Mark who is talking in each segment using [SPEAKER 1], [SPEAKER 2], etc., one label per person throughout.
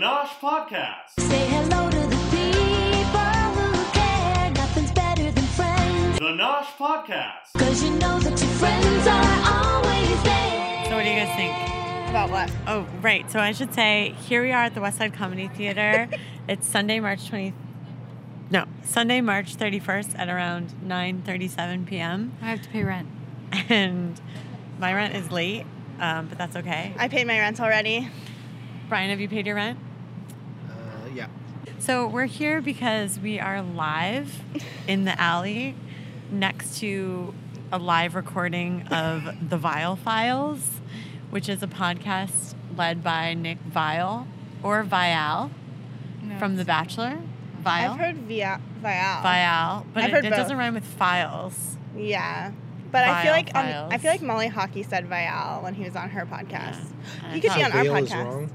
[SPEAKER 1] Josh podcast,
[SPEAKER 2] Say hello to the people who care. Nothing's better than friends.
[SPEAKER 1] the Nosh podcast.
[SPEAKER 2] Cause you know that your friends are always there.
[SPEAKER 3] So what do you guys think?
[SPEAKER 4] About what?
[SPEAKER 3] Oh, right. So I should say, here we are at the West Side Comedy Theater. it's Sunday, March 20th. No, Sunday, March 31st at around 9.37 p.m.
[SPEAKER 5] I have to pay rent.
[SPEAKER 3] And my rent is late, um, but that's okay.
[SPEAKER 4] I paid my rent already.
[SPEAKER 3] Brian, have you paid your rent?
[SPEAKER 6] Uh, yeah.
[SPEAKER 3] So we're here because we are live in the alley next to a live recording of The Vile Files, which is a podcast led by Nick Vile or Vial
[SPEAKER 5] No,
[SPEAKER 3] from The
[SPEAKER 5] it's-
[SPEAKER 3] Bachelor. Vial.
[SPEAKER 4] I've heard via Vial.
[SPEAKER 3] Vial, but
[SPEAKER 4] I've
[SPEAKER 3] it,
[SPEAKER 4] heard
[SPEAKER 3] it
[SPEAKER 4] both.
[SPEAKER 3] doesn't rhyme with files.
[SPEAKER 4] Yeah. But I feel
[SPEAKER 3] Vial
[SPEAKER 4] like um, I
[SPEAKER 3] files.
[SPEAKER 4] feel like Molly Hockey said Vial when he was on her podcast.
[SPEAKER 3] Yeah.
[SPEAKER 4] You could be
[SPEAKER 6] So
[SPEAKER 4] on our
[SPEAKER 6] Vail is
[SPEAKER 4] podcast.
[SPEAKER 6] wrong.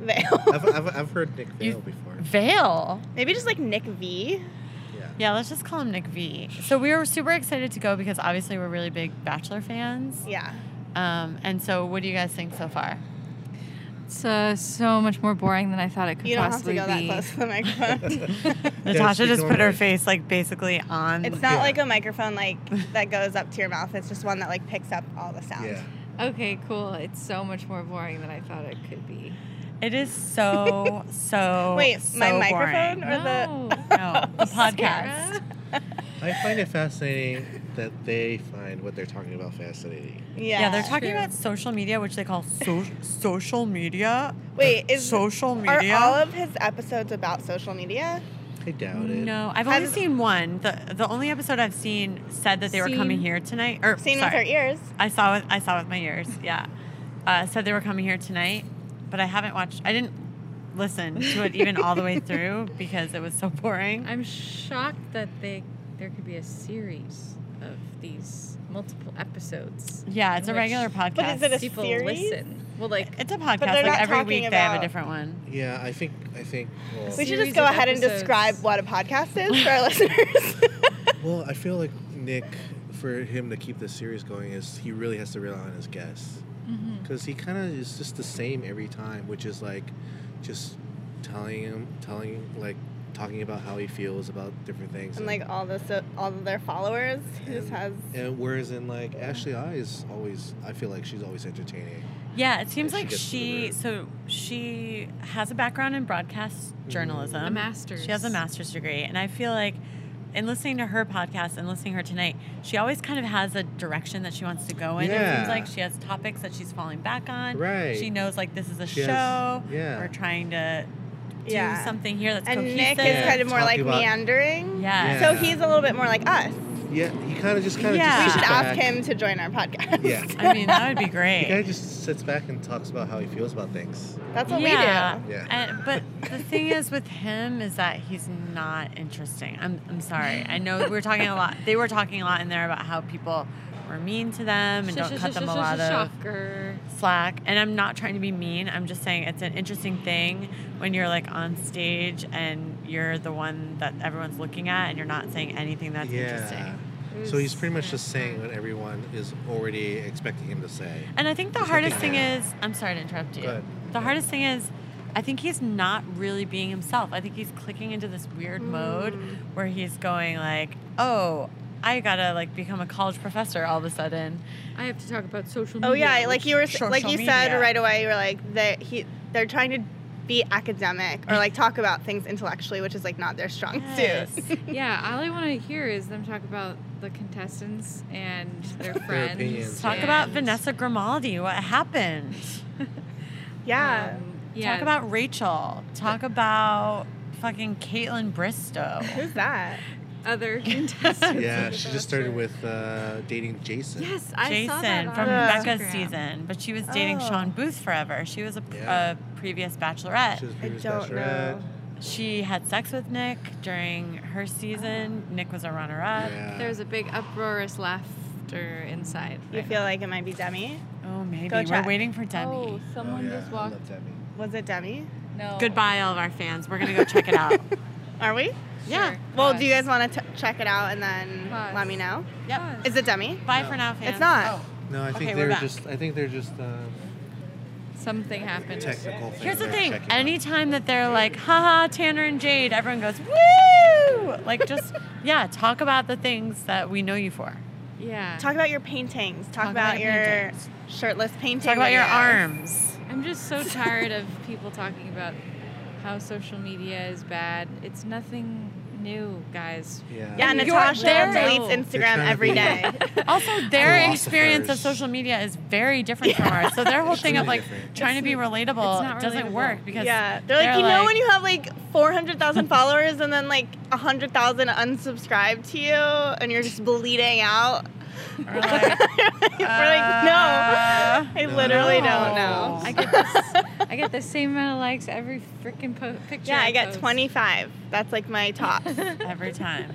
[SPEAKER 4] Vale.
[SPEAKER 6] I've, I've, I've heard Nick Vale
[SPEAKER 3] You-
[SPEAKER 6] before.
[SPEAKER 3] Veil.
[SPEAKER 4] Maybe just like Nick V.
[SPEAKER 6] Yeah.
[SPEAKER 3] Yeah, let's just call him Nick V. So we were super excited to go because obviously we're really big Bachelor fans.
[SPEAKER 4] Yeah.
[SPEAKER 3] Um, and so, what do you guys think so far?
[SPEAKER 5] It's uh, so much more boring than I thought it could
[SPEAKER 4] You don't have to
[SPEAKER 5] possibly
[SPEAKER 4] go that
[SPEAKER 5] be.
[SPEAKER 4] close to the microphone.
[SPEAKER 3] Natasha
[SPEAKER 6] speak
[SPEAKER 3] just put her
[SPEAKER 6] normally.
[SPEAKER 3] face like basically on.
[SPEAKER 4] it's not
[SPEAKER 6] Yeah.
[SPEAKER 4] like a microphone like that goes up to your mouth. It's just one that like picks up all the sound.
[SPEAKER 6] Yeah.
[SPEAKER 5] Okay, cool. It's so much more boring than I thought it could be.
[SPEAKER 3] It is so so.
[SPEAKER 4] Wait,
[SPEAKER 3] Oh, so
[SPEAKER 4] my
[SPEAKER 3] boring.
[SPEAKER 4] microphone or the
[SPEAKER 3] No, the podcast.
[SPEAKER 5] Sarah?
[SPEAKER 6] I find it fascinating that they find what they're talking about fascinating.
[SPEAKER 4] yeah.
[SPEAKER 3] Yeah, they're talking
[SPEAKER 5] True.
[SPEAKER 3] about social media, which they call so- social media.
[SPEAKER 4] Wait, is
[SPEAKER 3] social
[SPEAKER 4] are
[SPEAKER 3] media?
[SPEAKER 4] all of his episodes about social media?
[SPEAKER 6] I doubt it.
[SPEAKER 3] no, I've only
[SPEAKER 4] Has-
[SPEAKER 3] seen one. the The only episode I've seen said that they were coming
[SPEAKER 5] Seen-
[SPEAKER 3] here tonight. Or
[SPEAKER 4] Seen with
[SPEAKER 3] sorry,
[SPEAKER 4] her ears.
[SPEAKER 3] I saw with I saw with my ears. Yeah, uh, said they were coming here tonight, but I haven't watched. I didn't listen to it even all the way through because it was so boring.
[SPEAKER 7] I'm shocked that they there could be a series of these multiple episodes.
[SPEAKER 3] Yeah, it's a
[SPEAKER 7] Which-
[SPEAKER 3] regular podcast.
[SPEAKER 4] But is it a
[SPEAKER 7] People
[SPEAKER 4] series?
[SPEAKER 7] listen. Well, like
[SPEAKER 3] It's a podcast.
[SPEAKER 4] they're not
[SPEAKER 3] Like every
[SPEAKER 4] talking
[SPEAKER 3] week they have a
[SPEAKER 4] about-
[SPEAKER 3] different one.
[SPEAKER 6] Yeah, I think I think. Well,
[SPEAKER 4] We should just
[SPEAKER 7] series
[SPEAKER 4] go
[SPEAKER 7] of
[SPEAKER 4] ahead and
[SPEAKER 7] episodes.
[SPEAKER 4] describe what a podcast is for our listeners.
[SPEAKER 6] well, I feel like Nick, for him to keep this series going, is he really has to rely on his guests
[SPEAKER 5] Mm-hmm.
[SPEAKER 6] because he kind of is just the same every time, which is like just telling him, telling like talking about how he feels about different things
[SPEAKER 4] and like all the so, all of their followers, he just has.
[SPEAKER 6] And whereas in like Ashley I is always I feel like she's always entertaining.
[SPEAKER 3] Yeah, it seems
[SPEAKER 6] she
[SPEAKER 3] like
[SPEAKER 6] gets to the
[SPEAKER 3] she
[SPEAKER 6] root.
[SPEAKER 3] so she has a background in broadcast journalism.
[SPEAKER 7] a
[SPEAKER 4] um,
[SPEAKER 7] master's.
[SPEAKER 3] She has a master's degree, and I feel like in listening to her podcast and listening to her tonight, she always kind of has a direction that she wants to go in. It seems
[SPEAKER 6] Yeah.
[SPEAKER 3] like she has topics that she's falling back on.
[SPEAKER 6] Right.
[SPEAKER 3] She knows like this is a
[SPEAKER 6] She
[SPEAKER 3] show.
[SPEAKER 6] has- yeah.
[SPEAKER 3] We're trying to do
[SPEAKER 4] Yeah.
[SPEAKER 3] something here that's
[SPEAKER 4] And
[SPEAKER 3] cohesive.
[SPEAKER 4] Nick is
[SPEAKER 6] Yeah,
[SPEAKER 4] kind of more
[SPEAKER 6] talk
[SPEAKER 4] like
[SPEAKER 6] about-
[SPEAKER 4] meandering.
[SPEAKER 3] yeah.
[SPEAKER 4] So
[SPEAKER 6] Yeah.
[SPEAKER 4] he's a little bit more like us.
[SPEAKER 6] Yeah, he kind of just kind of
[SPEAKER 3] Yeah.
[SPEAKER 6] just
[SPEAKER 4] We
[SPEAKER 6] sits
[SPEAKER 4] should ask
[SPEAKER 6] back.
[SPEAKER 4] him to join our podcast.
[SPEAKER 6] Yeah.
[SPEAKER 3] I mean, that would be great.
[SPEAKER 6] He kind of just sits back and talks about how he feels about things.
[SPEAKER 4] That's what
[SPEAKER 3] yeah.
[SPEAKER 4] we do.
[SPEAKER 6] Yeah.
[SPEAKER 3] And, but the thing is with him is that he's not interesting. I'm, I'm sorry. I know we were talking a lot. They were talking a lot in there about how people were mean to them and don't cut them a lot of
[SPEAKER 7] Shocker.
[SPEAKER 3] slack. And I'm not trying to be mean. I'm just saying it's an interesting thing when you're like on stage and you're the one that everyone's looking at and you're not saying anything that's interesting.
[SPEAKER 6] So he's pretty much just saying what everyone is already expecting him to say.
[SPEAKER 3] And I think the
[SPEAKER 6] Just
[SPEAKER 3] hardest
[SPEAKER 6] looking
[SPEAKER 3] thing
[SPEAKER 6] at
[SPEAKER 3] is, I'm sorry to interrupt you.
[SPEAKER 6] Go ahead.
[SPEAKER 3] The hardest thing is, I think he's not really being himself. I think he's clicking into this weird mode where he's going like, oh, I gotta like become a college professor all of a sudden.
[SPEAKER 7] I have to talk about social media.
[SPEAKER 4] Oh yeah, like
[SPEAKER 7] which-
[SPEAKER 4] you were
[SPEAKER 3] social
[SPEAKER 4] like you
[SPEAKER 3] media.
[SPEAKER 4] said right away. You were like that he they're trying to be academic or like talk about things intellectually, which is like not their strong suit.
[SPEAKER 3] Yes.
[SPEAKER 7] yeah. All I want to hear is them talk about the contestants and their friends.
[SPEAKER 6] opinions,
[SPEAKER 3] Talk
[SPEAKER 6] yeah.
[SPEAKER 3] about
[SPEAKER 7] and,
[SPEAKER 3] Vanessa Grimaldi. What happened?
[SPEAKER 4] Yeah.
[SPEAKER 7] um, yeah.
[SPEAKER 3] Talk about Rachel. Talk about fucking Caitlin Bristow.
[SPEAKER 4] Who's that?
[SPEAKER 7] other contestants.
[SPEAKER 6] Yeah,
[SPEAKER 7] of The
[SPEAKER 6] she just started
[SPEAKER 7] Bachelor.
[SPEAKER 6] with uh, dating Jason.
[SPEAKER 7] Yes, I saw that
[SPEAKER 3] Jason
[SPEAKER 7] on
[SPEAKER 3] from
[SPEAKER 4] Yeah.
[SPEAKER 3] Becca's
[SPEAKER 7] Instagram.
[SPEAKER 3] season, but she was dating
[SPEAKER 4] Oh.
[SPEAKER 3] Sean Booth forever. She was a,
[SPEAKER 6] Yeah.
[SPEAKER 3] a previous bachelorette.
[SPEAKER 6] She was a
[SPEAKER 4] I
[SPEAKER 6] previous
[SPEAKER 4] don't know.
[SPEAKER 6] bachelorette.
[SPEAKER 3] She had sex with Nick during her season. Nick was a runner up.
[SPEAKER 6] Yeah.
[SPEAKER 7] There was a big uproarious laughter inside.
[SPEAKER 4] You
[SPEAKER 7] right
[SPEAKER 4] feel like it might be Demi?
[SPEAKER 3] Oh, maybe.
[SPEAKER 4] Go
[SPEAKER 3] We're
[SPEAKER 4] check.
[SPEAKER 3] waiting for
[SPEAKER 5] Oh,
[SPEAKER 3] Demi.
[SPEAKER 6] Oh,
[SPEAKER 5] someone
[SPEAKER 6] yeah,
[SPEAKER 5] just
[SPEAKER 6] I
[SPEAKER 5] walked.
[SPEAKER 6] love Demi.
[SPEAKER 4] Was it Demi?
[SPEAKER 7] Oh.
[SPEAKER 5] No.
[SPEAKER 3] Goodbye, all of our fans. We're going to go check it out.
[SPEAKER 4] Are we?
[SPEAKER 3] yeah.
[SPEAKER 7] Sure.
[SPEAKER 4] Well,
[SPEAKER 7] Pause.
[SPEAKER 4] do you guys want to check it out and then
[SPEAKER 7] Pause.
[SPEAKER 4] let me know?
[SPEAKER 3] Yep.
[SPEAKER 4] Is it Demi?
[SPEAKER 3] Bye for now, fans. Oh,
[SPEAKER 4] It's not.
[SPEAKER 6] No, I
[SPEAKER 3] Okay,
[SPEAKER 6] think
[SPEAKER 3] we're
[SPEAKER 6] they're
[SPEAKER 3] back.
[SPEAKER 6] just. I think they're just. Um,
[SPEAKER 7] Something happened.
[SPEAKER 6] technical thing.
[SPEAKER 3] Here's the
[SPEAKER 6] they're
[SPEAKER 3] thing.
[SPEAKER 6] checking on.
[SPEAKER 3] Anytime that they're like, haha, Tanner and Jade, everyone goes, woo! Like, just, yeah, talk about the things that we know you for.
[SPEAKER 7] Yeah.
[SPEAKER 4] Talk about your paintings. Talk,
[SPEAKER 3] Talk about
[SPEAKER 4] about,
[SPEAKER 3] your
[SPEAKER 4] your
[SPEAKER 3] paintings.
[SPEAKER 4] shirtless painting.
[SPEAKER 3] Talk about your
[SPEAKER 4] videos.
[SPEAKER 3] arms.
[SPEAKER 7] I'm just so tired of people talking about how social media is bad. It's nothing new, guys.
[SPEAKER 6] Yeah.
[SPEAKER 4] Yeah,
[SPEAKER 3] And you're
[SPEAKER 4] Natasha
[SPEAKER 3] there.
[SPEAKER 4] deletes
[SPEAKER 6] They're
[SPEAKER 4] Instagram
[SPEAKER 6] trying to
[SPEAKER 4] every
[SPEAKER 6] be-
[SPEAKER 4] day.
[SPEAKER 3] Also, their experience of
[SPEAKER 6] Philosophers.
[SPEAKER 3] social media is very different from ours. So their whole thing of
[SPEAKER 6] Extremely
[SPEAKER 3] like
[SPEAKER 6] different.
[SPEAKER 3] trying to be relatable
[SPEAKER 7] not
[SPEAKER 3] doesn't
[SPEAKER 7] relatable.
[SPEAKER 3] work because
[SPEAKER 4] yeah, they're like,
[SPEAKER 3] they're
[SPEAKER 4] you know,
[SPEAKER 3] like-
[SPEAKER 4] when you have like four hundred thousand followers and then like hundred thousand unsubscribe to you, and you're just bleeding out.
[SPEAKER 3] we're like,
[SPEAKER 4] We're like,
[SPEAKER 3] uh,
[SPEAKER 4] no, I
[SPEAKER 6] No.
[SPEAKER 4] literally
[SPEAKER 3] No.
[SPEAKER 4] don't know.
[SPEAKER 7] I get this, I get the same amount of likes every freaking po- picture.
[SPEAKER 4] yeah, I got
[SPEAKER 7] post.
[SPEAKER 4] 25. That's like my top. okay,
[SPEAKER 3] every time.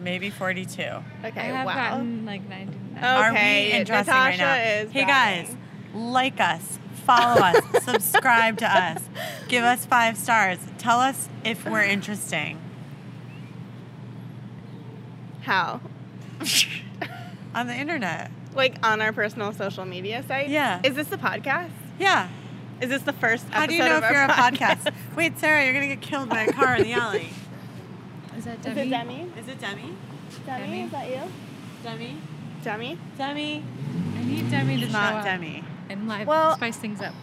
[SPEAKER 3] Maybe 42.
[SPEAKER 7] I have
[SPEAKER 4] wow.
[SPEAKER 7] gotten like 99.
[SPEAKER 4] Oh.
[SPEAKER 3] Are
[SPEAKER 4] Okay,
[SPEAKER 3] we engrossing right now?
[SPEAKER 4] Natasha is
[SPEAKER 3] hey guys,
[SPEAKER 4] batting.
[SPEAKER 3] like us, follow us, subscribe to us, give us five stars, tell us if we're interesting.
[SPEAKER 4] How?
[SPEAKER 3] On the internet.
[SPEAKER 4] Like on our personal social media site?
[SPEAKER 3] Yeah.
[SPEAKER 4] Is this the podcast?
[SPEAKER 3] Yeah.
[SPEAKER 4] Is this the first episode
[SPEAKER 3] How do you know if
[SPEAKER 4] of our
[SPEAKER 3] you're a
[SPEAKER 4] podcast?
[SPEAKER 3] podcast? Wait, Sarah, you're gonna get killed by a car in the alley.
[SPEAKER 7] Is that
[SPEAKER 4] Is it
[SPEAKER 7] Debbie?
[SPEAKER 4] Demi?
[SPEAKER 3] Is it Demi?
[SPEAKER 4] Demi, is that you?
[SPEAKER 3] Demi?
[SPEAKER 4] Demi?
[SPEAKER 3] Demi?
[SPEAKER 7] I need Demi to
[SPEAKER 3] It's
[SPEAKER 7] show
[SPEAKER 3] not
[SPEAKER 7] up
[SPEAKER 3] Demi.
[SPEAKER 7] and live
[SPEAKER 4] Well-
[SPEAKER 7] spice things up.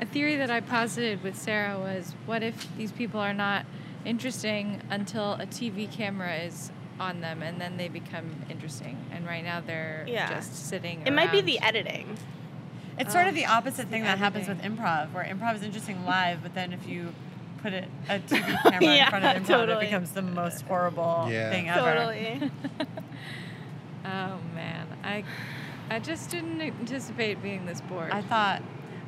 [SPEAKER 7] A theory that I posited with Sarah was, what if these people are not interesting until a TV camera is on them, and then they become interesting? And right now they're
[SPEAKER 4] Yeah.
[SPEAKER 7] just sitting.
[SPEAKER 4] It might be
[SPEAKER 7] around.
[SPEAKER 4] the editing.
[SPEAKER 3] It's sort
[SPEAKER 7] Oh,
[SPEAKER 3] of the opposite thing that happens with
[SPEAKER 7] editing.
[SPEAKER 3] improv, where improv is interesting live, but then if you put it, a TV camera in
[SPEAKER 4] Yeah,
[SPEAKER 3] front of improv,
[SPEAKER 4] totally.
[SPEAKER 3] it becomes the most horrible
[SPEAKER 6] Yeah.
[SPEAKER 3] thing ever.
[SPEAKER 4] Totally.
[SPEAKER 7] Oh man, I I just didn't anticipate being this bored.
[SPEAKER 3] I
[SPEAKER 7] I,
[SPEAKER 3] thought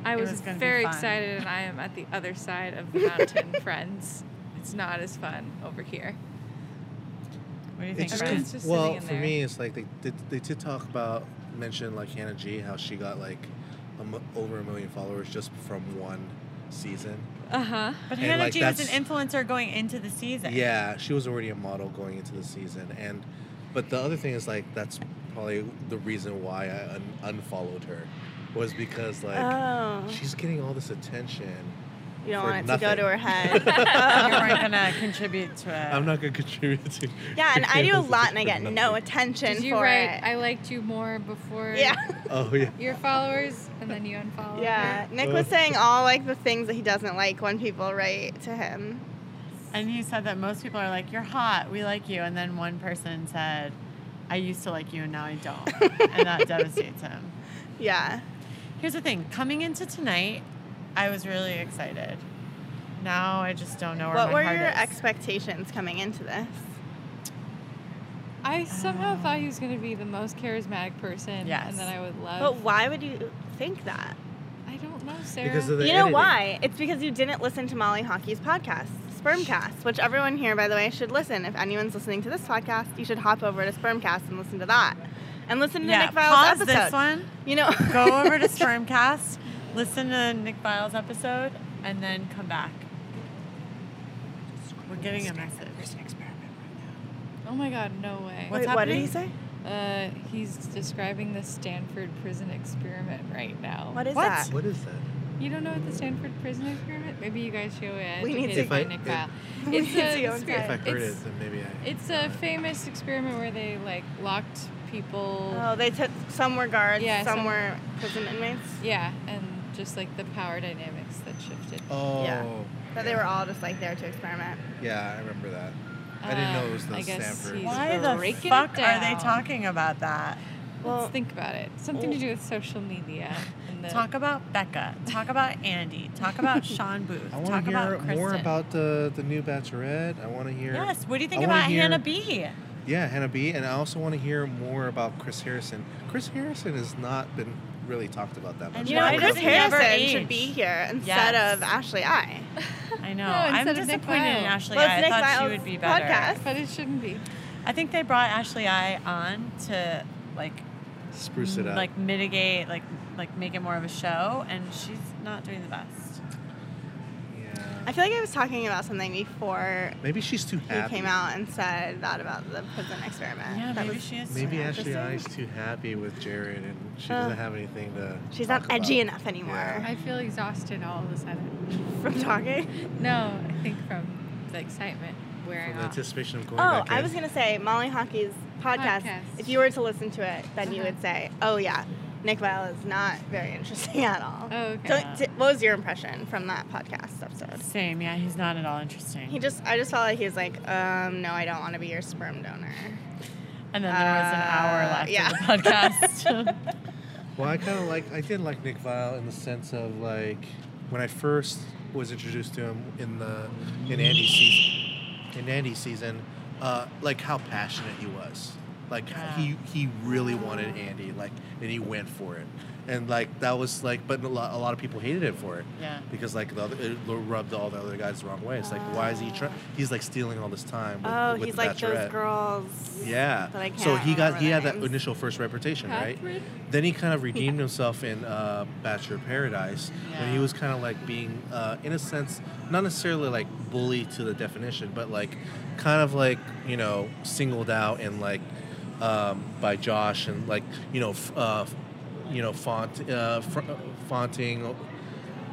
[SPEAKER 3] it
[SPEAKER 7] was,
[SPEAKER 3] was gonna be
[SPEAKER 7] very
[SPEAKER 3] fun.
[SPEAKER 7] excited, and I am at the other side of the mountain, friends. It's not as fun over here.
[SPEAKER 3] What do you
[SPEAKER 6] It
[SPEAKER 3] think,
[SPEAKER 6] just
[SPEAKER 3] Brian?
[SPEAKER 7] Everyone's
[SPEAKER 6] conf-
[SPEAKER 7] just sitting
[SPEAKER 6] well,
[SPEAKER 7] in
[SPEAKER 6] for
[SPEAKER 7] there.
[SPEAKER 6] me, it's like they did, they did talk about mention like Hannah G, how she got like a mo- over a million followers just from one season.
[SPEAKER 7] Uh huh.
[SPEAKER 3] But
[SPEAKER 6] and,
[SPEAKER 3] Hannah
[SPEAKER 6] like,
[SPEAKER 3] G was an
[SPEAKER 6] that's-
[SPEAKER 3] influencer going into the season.
[SPEAKER 6] Yeah, she was already a model going into the season, and but the other thing is like that's probably the reason why I un- unfollowed her was because like
[SPEAKER 4] oh.
[SPEAKER 6] she's getting all this attention.
[SPEAKER 4] You don't
[SPEAKER 6] for
[SPEAKER 4] want it to go
[SPEAKER 6] nothing.
[SPEAKER 4] to her head.
[SPEAKER 3] You weren't gonna contribute to it.
[SPEAKER 6] I'm not gonna contribute to.
[SPEAKER 4] yeah, and I do a lot and I
[SPEAKER 6] for
[SPEAKER 4] get
[SPEAKER 6] nothing.
[SPEAKER 4] no attention
[SPEAKER 7] Did you
[SPEAKER 4] for
[SPEAKER 7] write
[SPEAKER 4] it.
[SPEAKER 7] I liked you more before
[SPEAKER 4] yeah.
[SPEAKER 6] Oh yeah.
[SPEAKER 7] your followers and then you unfollowed?
[SPEAKER 4] Yeah.
[SPEAKER 7] her?
[SPEAKER 4] Nick
[SPEAKER 6] Uh.
[SPEAKER 4] was saying all like the things that he doesn't like when people write to him.
[SPEAKER 3] And you said that most people are like, "You're hot, we like you," and then one person said, "I used to like you, and now I don't," and that devastates him.
[SPEAKER 4] Yeah.
[SPEAKER 3] Here's the thing: coming into tonight, I was really excited. Now I just don't know where
[SPEAKER 4] what
[SPEAKER 3] my
[SPEAKER 4] were
[SPEAKER 3] heart
[SPEAKER 4] your
[SPEAKER 3] is.
[SPEAKER 4] expectations coming into this?
[SPEAKER 7] I somehow thought he was going to be the most charismatic person
[SPEAKER 3] Yes.
[SPEAKER 7] and that I would
[SPEAKER 4] But
[SPEAKER 7] love.
[SPEAKER 4] why would you think that?
[SPEAKER 7] I don't know, Sarah.
[SPEAKER 6] Because of the
[SPEAKER 4] you know
[SPEAKER 6] editing.
[SPEAKER 4] why? It's because you didn't listen to Molly Hockey's podcast, Spermcast, which everyone here, by the way, should listen. If anyone's listening to this podcast, you should hop over to Spermcast and listen to that. And listen to
[SPEAKER 3] yeah,
[SPEAKER 4] Nick Vile's
[SPEAKER 3] pause
[SPEAKER 4] episode.
[SPEAKER 3] this one.
[SPEAKER 4] You know,
[SPEAKER 3] Go over to Spermcast, listen to Nick Vile's episode, and then come back. We're getting a message.
[SPEAKER 7] oh my god, no way.
[SPEAKER 3] What's
[SPEAKER 4] Wait, what did he say?
[SPEAKER 3] happening?
[SPEAKER 7] Uh, he's describing the Stanford prison experiment right now.
[SPEAKER 4] What is
[SPEAKER 3] What?
[SPEAKER 4] that?
[SPEAKER 6] What is that?
[SPEAKER 7] You don't know what the Stanford prison experiment? Maybe you guys should. uh,
[SPEAKER 4] We need
[SPEAKER 7] educated
[SPEAKER 6] to-
[SPEAKER 7] by
[SPEAKER 6] If I-
[SPEAKER 7] Nick
[SPEAKER 6] if-
[SPEAKER 7] Vile.
[SPEAKER 4] We
[SPEAKER 7] It's
[SPEAKER 4] need
[SPEAKER 7] a
[SPEAKER 4] to go inside.
[SPEAKER 6] If I heard
[SPEAKER 7] it's-
[SPEAKER 6] it, then maybe I.
[SPEAKER 7] It's a famous experiment where they like locked people.
[SPEAKER 4] Oh, they took some were guards,
[SPEAKER 7] Yeah,
[SPEAKER 4] some
[SPEAKER 7] some-
[SPEAKER 4] were prison inmates.
[SPEAKER 7] Yeah, and just like the power dynamics that shifted.
[SPEAKER 6] Oh.
[SPEAKER 4] Yeah. But they were all just like there to experiment.
[SPEAKER 6] Yeah, I remember that. I
[SPEAKER 4] Uh,
[SPEAKER 6] didn't know it was
[SPEAKER 7] Um, I
[SPEAKER 6] the
[SPEAKER 7] guess
[SPEAKER 6] Stanford.
[SPEAKER 7] he's-
[SPEAKER 3] Why the
[SPEAKER 7] breaking it
[SPEAKER 3] fuck are they
[SPEAKER 7] down.
[SPEAKER 3] talking about that?
[SPEAKER 4] Well- oh.
[SPEAKER 7] Let's think about it. Something to do with social media. And the,
[SPEAKER 3] Talk about Becca. Talk about Andy. Talk about Sean Booth.
[SPEAKER 6] I want to
[SPEAKER 3] talk
[SPEAKER 6] hear
[SPEAKER 3] about Kristen.
[SPEAKER 6] more about the the new Bachelorette. I want to hear.
[SPEAKER 3] Yes. What do you think
[SPEAKER 6] I wanna
[SPEAKER 3] about
[SPEAKER 6] hear-
[SPEAKER 3] Hannah B?
[SPEAKER 6] Yeah, Hannah B. And I also want to hear more about Chris Harrison. Chris Harrison has not been really talked about that
[SPEAKER 3] And
[SPEAKER 6] much.
[SPEAKER 4] You
[SPEAKER 3] Yeah,
[SPEAKER 4] know,
[SPEAKER 3] why
[SPEAKER 4] Chris
[SPEAKER 3] does he ever
[SPEAKER 4] Harrison should
[SPEAKER 3] age?
[SPEAKER 4] be here instead
[SPEAKER 3] Yes.
[SPEAKER 4] of Ashley I.
[SPEAKER 3] I know.
[SPEAKER 7] No,
[SPEAKER 3] I'm
[SPEAKER 7] instead of Nick
[SPEAKER 3] disappointed in
[SPEAKER 7] Vile.
[SPEAKER 3] Ashley.
[SPEAKER 4] Well,
[SPEAKER 3] I
[SPEAKER 4] it's Nick
[SPEAKER 3] thought she
[SPEAKER 4] Vile's
[SPEAKER 3] would be better.
[SPEAKER 4] podcast.
[SPEAKER 7] But it shouldn't be.
[SPEAKER 3] I think they brought Ashley I on to like
[SPEAKER 6] Spruce
[SPEAKER 4] Mm,
[SPEAKER 6] it up.
[SPEAKER 3] like mitigate like like make it more of a show, and she's not doing the best.
[SPEAKER 6] yeah.
[SPEAKER 4] I feel like I was talking about something before
[SPEAKER 6] Maybe she's too
[SPEAKER 4] you
[SPEAKER 6] happy.
[SPEAKER 4] came out and said that about the prison experiment.
[SPEAKER 3] Yeah,
[SPEAKER 4] that
[SPEAKER 3] maybe
[SPEAKER 4] was,
[SPEAKER 3] she is.
[SPEAKER 6] Maybe
[SPEAKER 4] Yeah,
[SPEAKER 6] Ashley
[SPEAKER 4] just-
[SPEAKER 6] I's too happy with Jared, and she
[SPEAKER 4] Uh,
[SPEAKER 6] doesn't have anything to.
[SPEAKER 4] she's
[SPEAKER 6] talk
[SPEAKER 4] not edgy
[SPEAKER 6] about.
[SPEAKER 4] enough anymore
[SPEAKER 6] Yeah.
[SPEAKER 7] I feel exhausted all of a sudden.
[SPEAKER 4] from talking.
[SPEAKER 7] No, I think from the excitement wearing
[SPEAKER 6] From the
[SPEAKER 7] off.
[SPEAKER 6] anticipation of going
[SPEAKER 4] Oh,
[SPEAKER 6] back
[SPEAKER 4] I
[SPEAKER 6] in.
[SPEAKER 4] was gonna say Molly Hockey's podcast.
[SPEAKER 7] Podcast.
[SPEAKER 4] If you were to listen to it, then you
[SPEAKER 7] Uh-huh.
[SPEAKER 4] would say, "Oh yeah, Nick Vile is not very interesting at all."
[SPEAKER 7] Oh, okay.
[SPEAKER 4] So, t- what was your impression from that podcast episode?
[SPEAKER 3] Same. Yeah, he's not at all interesting.
[SPEAKER 4] He just, I just felt like he was like, um, "No, I don't want to be your sperm donor."
[SPEAKER 3] and then there was an hour
[SPEAKER 4] Uh,
[SPEAKER 3] left
[SPEAKER 4] yeah.
[SPEAKER 3] of the podcast.
[SPEAKER 6] Well, I kind of like I did like Nick Vile in the sense of like when I first was introduced to him in the in Andy season in Andy season, uh, like how passionate he was. Like
[SPEAKER 3] Yeah.
[SPEAKER 6] he he really wanted Andy, like and he went for it, and like that was like, but a lot, a lot of people hated him for it
[SPEAKER 3] yeah.
[SPEAKER 6] because like the other, it rubbed all the other guys the wrong way. It's like why is he trying? He's like stealing all this time. With,
[SPEAKER 4] Oh,
[SPEAKER 6] with
[SPEAKER 4] he's
[SPEAKER 6] the
[SPEAKER 4] like those
[SPEAKER 6] Bachelorette.
[SPEAKER 4] girls.
[SPEAKER 6] Yeah.
[SPEAKER 4] But I can't
[SPEAKER 6] so he got
[SPEAKER 4] remember
[SPEAKER 6] he
[SPEAKER 4] their
[SPEAKER 6] had that
[SPEAKER 4] names.
[SPEAKER 6] initial first reputation, right?
[SPEAKER 7] Catherine?
[SPEAKER 6] Then he kind of redeemed himself in uh, Bachelor in Paradise when he
[SPEAKER 3] Yeah.
[SPEAKER 6] was kind of like being, uh, in a sense, not necessarily like bully to the definition, but like kind of like you know singled out and like um, by Josh and like you know f- uh, f- you know font uh, fr- Fonting.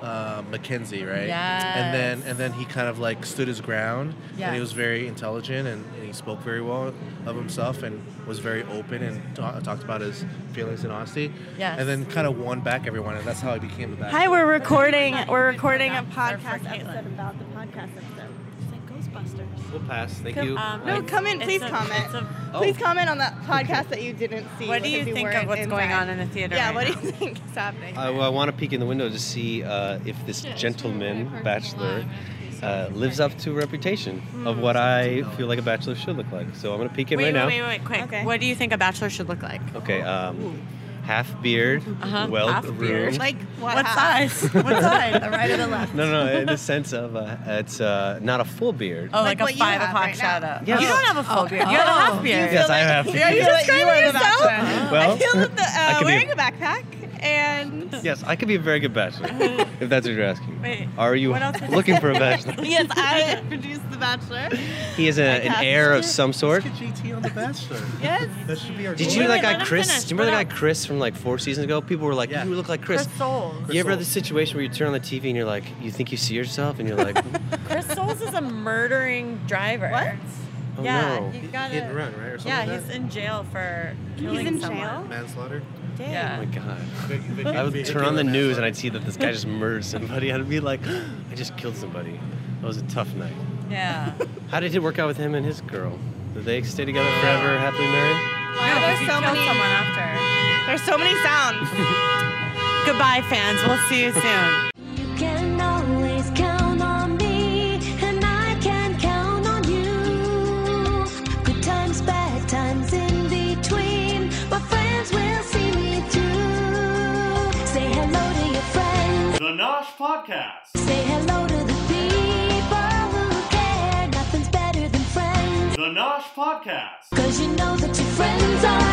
[SPEAKER 6] Uh, Mackenzie, right? And then
[SPEAKER 3] Yes.
[SPEAKER 6] and then he kind of like stood his ground, and he
[SPEAKER 3] Yes.
[SPEAKER 6] was very intelligent and, and he spoke very well of himself and was very open and ta- talked about his feelings and honesty.
[SPEAKER 3] Yes.
[SPEAKER 6] And then kind of won back everyone, and that's how he became the bad.
[SPEAKER 4] Hi, we're recording. We're
[SPEAKER 3] Good for
[SPEAKER 4] recording a
[SPEAKER 3] them. They're for
[SPEAKER 4] podcast
[SPEAKER 3] Caitlin.
[SPEAKER 4] episode about the podcast episode. It's like Ghostbusters.
[SPEAKER 8] We'll pass. Thank
[SPEAKER 4] Come-
[SPEAKER 8] you.
[SPEAKER 4] um, No,
[SPEAKER 8] I-
[SPEAKER 4] come in,
[SPEAKER 3] it's
[SPEAKER 4] please
[SPEAKER 3] a-
[SPEAKER 4] comment.
[SPEAKER 3] it's a-
[SPEAKER 8] Oh,
[SPEAKER 4] Please comment on that podcast that you didn't see.
[SPEAKER 3] what do
[SPEAKER 4] if
[SPEAKER 3] you think of
[SPEAKER 4] weren't
[SPEAKER 3] what's going
[SPEAKER 4] inside.
[SPEAKER 3] on in the theater?
[SPEAKER 4] Yeah,
[SPEAKER 3] right
[SPEAKER 4] what do
[SPEAKER 3] now?
[SPEAKER 4] you think is happening?
[SPEAKER 6] Uh,
[SPEAKER 8] I, want to peek in the window to see uh, if this
[SPEAKER 7] Shit, it's really
[SPEAKER 8] gentleman
[SPEAKER 7] hard to
[SPEAKER 8] bachelor
[SPEAKER 7] lie. I'm gonna
[SPEAKER 8] uh,
[SPEAKER 7] have to be
[SPEAKER 8] lives
[SPEAKER 7] so
[SPEAKER 8] up to reputation of what I feel like a bachelor should look like. So I'm gonna peek in
[SPEAKER 3] wait,
[SPEAKER 8] right
[SPEAKER 3] wait,
[SPEAKER 8] now.
[SPEAKER 3] wait, wait, quick.
[SPEAKER 4] Okay.
[SPEAKER 3] What do you think a bachelor should look like?
[SPEAKER 8] Okay. Um, half beard,
[SPEAKER 3] Uh-huh,
[SPEAKER 8] well
[SPEAKER 3] half beard.
[SPEAKER 8] groomed.
[SPEAKER 4] like what?
[SPEAKER 3] what
[SPEAKER 4] happened?
[SPEAKER 3] size? what side? The right or the left?
[SPEAKER 8] No, no, in the sense of uh, it's uh, not a full beard.
[SPEAKER 3] Oh, like,
[SPEAKER 4] Like what
[SPEAKER 3] a
[SPEAKER 4] you
[SPEAKER 3] five
[SPEAKER 4] have
[SPEAKER 3] o'clock
[SPEAKER 4] right now.
[SPEAKER 3] shadow.
[SPEAKER 8] Yes.
[SPEAKER 3] You don't have a full beard. Oh. You have a half beard.
[SPEAKER 8] yes, I have.
[SPEAKER 4] Are you describing yourself?
[SPEAKER 8] Well,
[SPEAKER 4] I feel that the,
[SPEAKER 8] I
[SPEAKER 4] uh,
[SPEAKER 8] could be-
[SPEAKER 4] wearing a backpack and
[SPEAKER 8] Yes, I could be a very good bachelor, if that's what you're asking.
[SPEAKER 3] Wait,
[SPEAKER 8] Are you
[SPEAKER 3] what else is-
[SPEAKER 8] looking for a bachelor?
[SPEAKER 4] yes, I produced The Bachelor.
[SPEAKER 8] He is a, an
[SPEAKER 4] cast
[SPEAKER 8] heir of some sort.
[SPEAKER 6] Let's get JT on the Bachelor.
[SPEAKER 4] Yes.
[SPEAKER 6] That should be our.
[SPEAKER 8] Did
[SPEAKER 6] goal.
[SPEAKER 8] you
[SPEAKER 3] Wait,
[SPEAKER 8] like
[SPEAKER 3] wait, let
[SPEAKER 8] that
[SPEAKER 3] him
[SPEAKER 8] Chris?
[SPEAKER 3] finish.
[SPEAKER 8] Do you remember
[SPEAKER 3] What
[SPEAKER 8] that guy Chris from like four seasons ago? People were like,
[SPEAKER 6] Yeah.
[SPEAKER 8] "You look like Chris."
[SPEAKER 3] Chris Souls.
[SPEAKER 8] You ever had the
[SPEAKER 6] Souls.
[SPEAKER 8] situation where you turn on the TV and you're like, you think you see yourself, and you're like,
[SPEAKER 3] Chris Souls is a murdering driver.
[SPEAKER 4] What?
[SPEAKER 8] "Oh
[SPEAKER 3] yeah,
[SPEAKER 8] no."
[SPEAKER 3] you got
[SPEAKER 6] Hit and
[SPEAKER 3] to
[SPEAKER 6] run, right? Or something
[SPEAKER 3] Yeah,
[SPEAKER 6] like
[SPEAKER 3] he's
[SPEAKER 6] that?
[SPEAKER 3] in jail for killing
[SPEAKER 4] in
[SPEAKER 3] someone.
[SPEAKER 4] jail?
[SPEAKER 6] manslaughter.
[SPEAKER 4] Dang.
[SPEAKER 8] Oh
[SPEAKER 3] Yeah.
[SPEAKER 8] my god.
[SPEAKER 6] Vic- Vic-
[SPEAKER 8] I would
[SPEAKER 6] Vic-
[SPEAKER 8] turn on the
[SPEAKER 6] Vic-
[SPEAKER 8] news and I'd see that this guy just murdered somebody. I'd be like, I just killed somebody. That was a tough night.
[SPEAKER 3] Yeah.
[SPEAKER 8] How did it work out with him and his girl? Did they stay together forever, happily married?
[SPEAKER 4] Why are there so many?
[SPEAKER 3] someone after.
[SPEAKER 4] There's so many sounds.
[SPEAKER 3] Goodbye, fans. We'll see you soon.
[SPEAKER 2] You can always count on me, and I can count on you. Good times, bad times in between, my friends will see me through. Say hello to your friends,
[SPEAKER 1] The Nosh Podcast.
[SPEAKER 2] say hello to the people who care. Nothing's better than friends,
[SPEAKER 1] The Nosh Podcast.
[SPEAKER 2] cause you know that your friends are.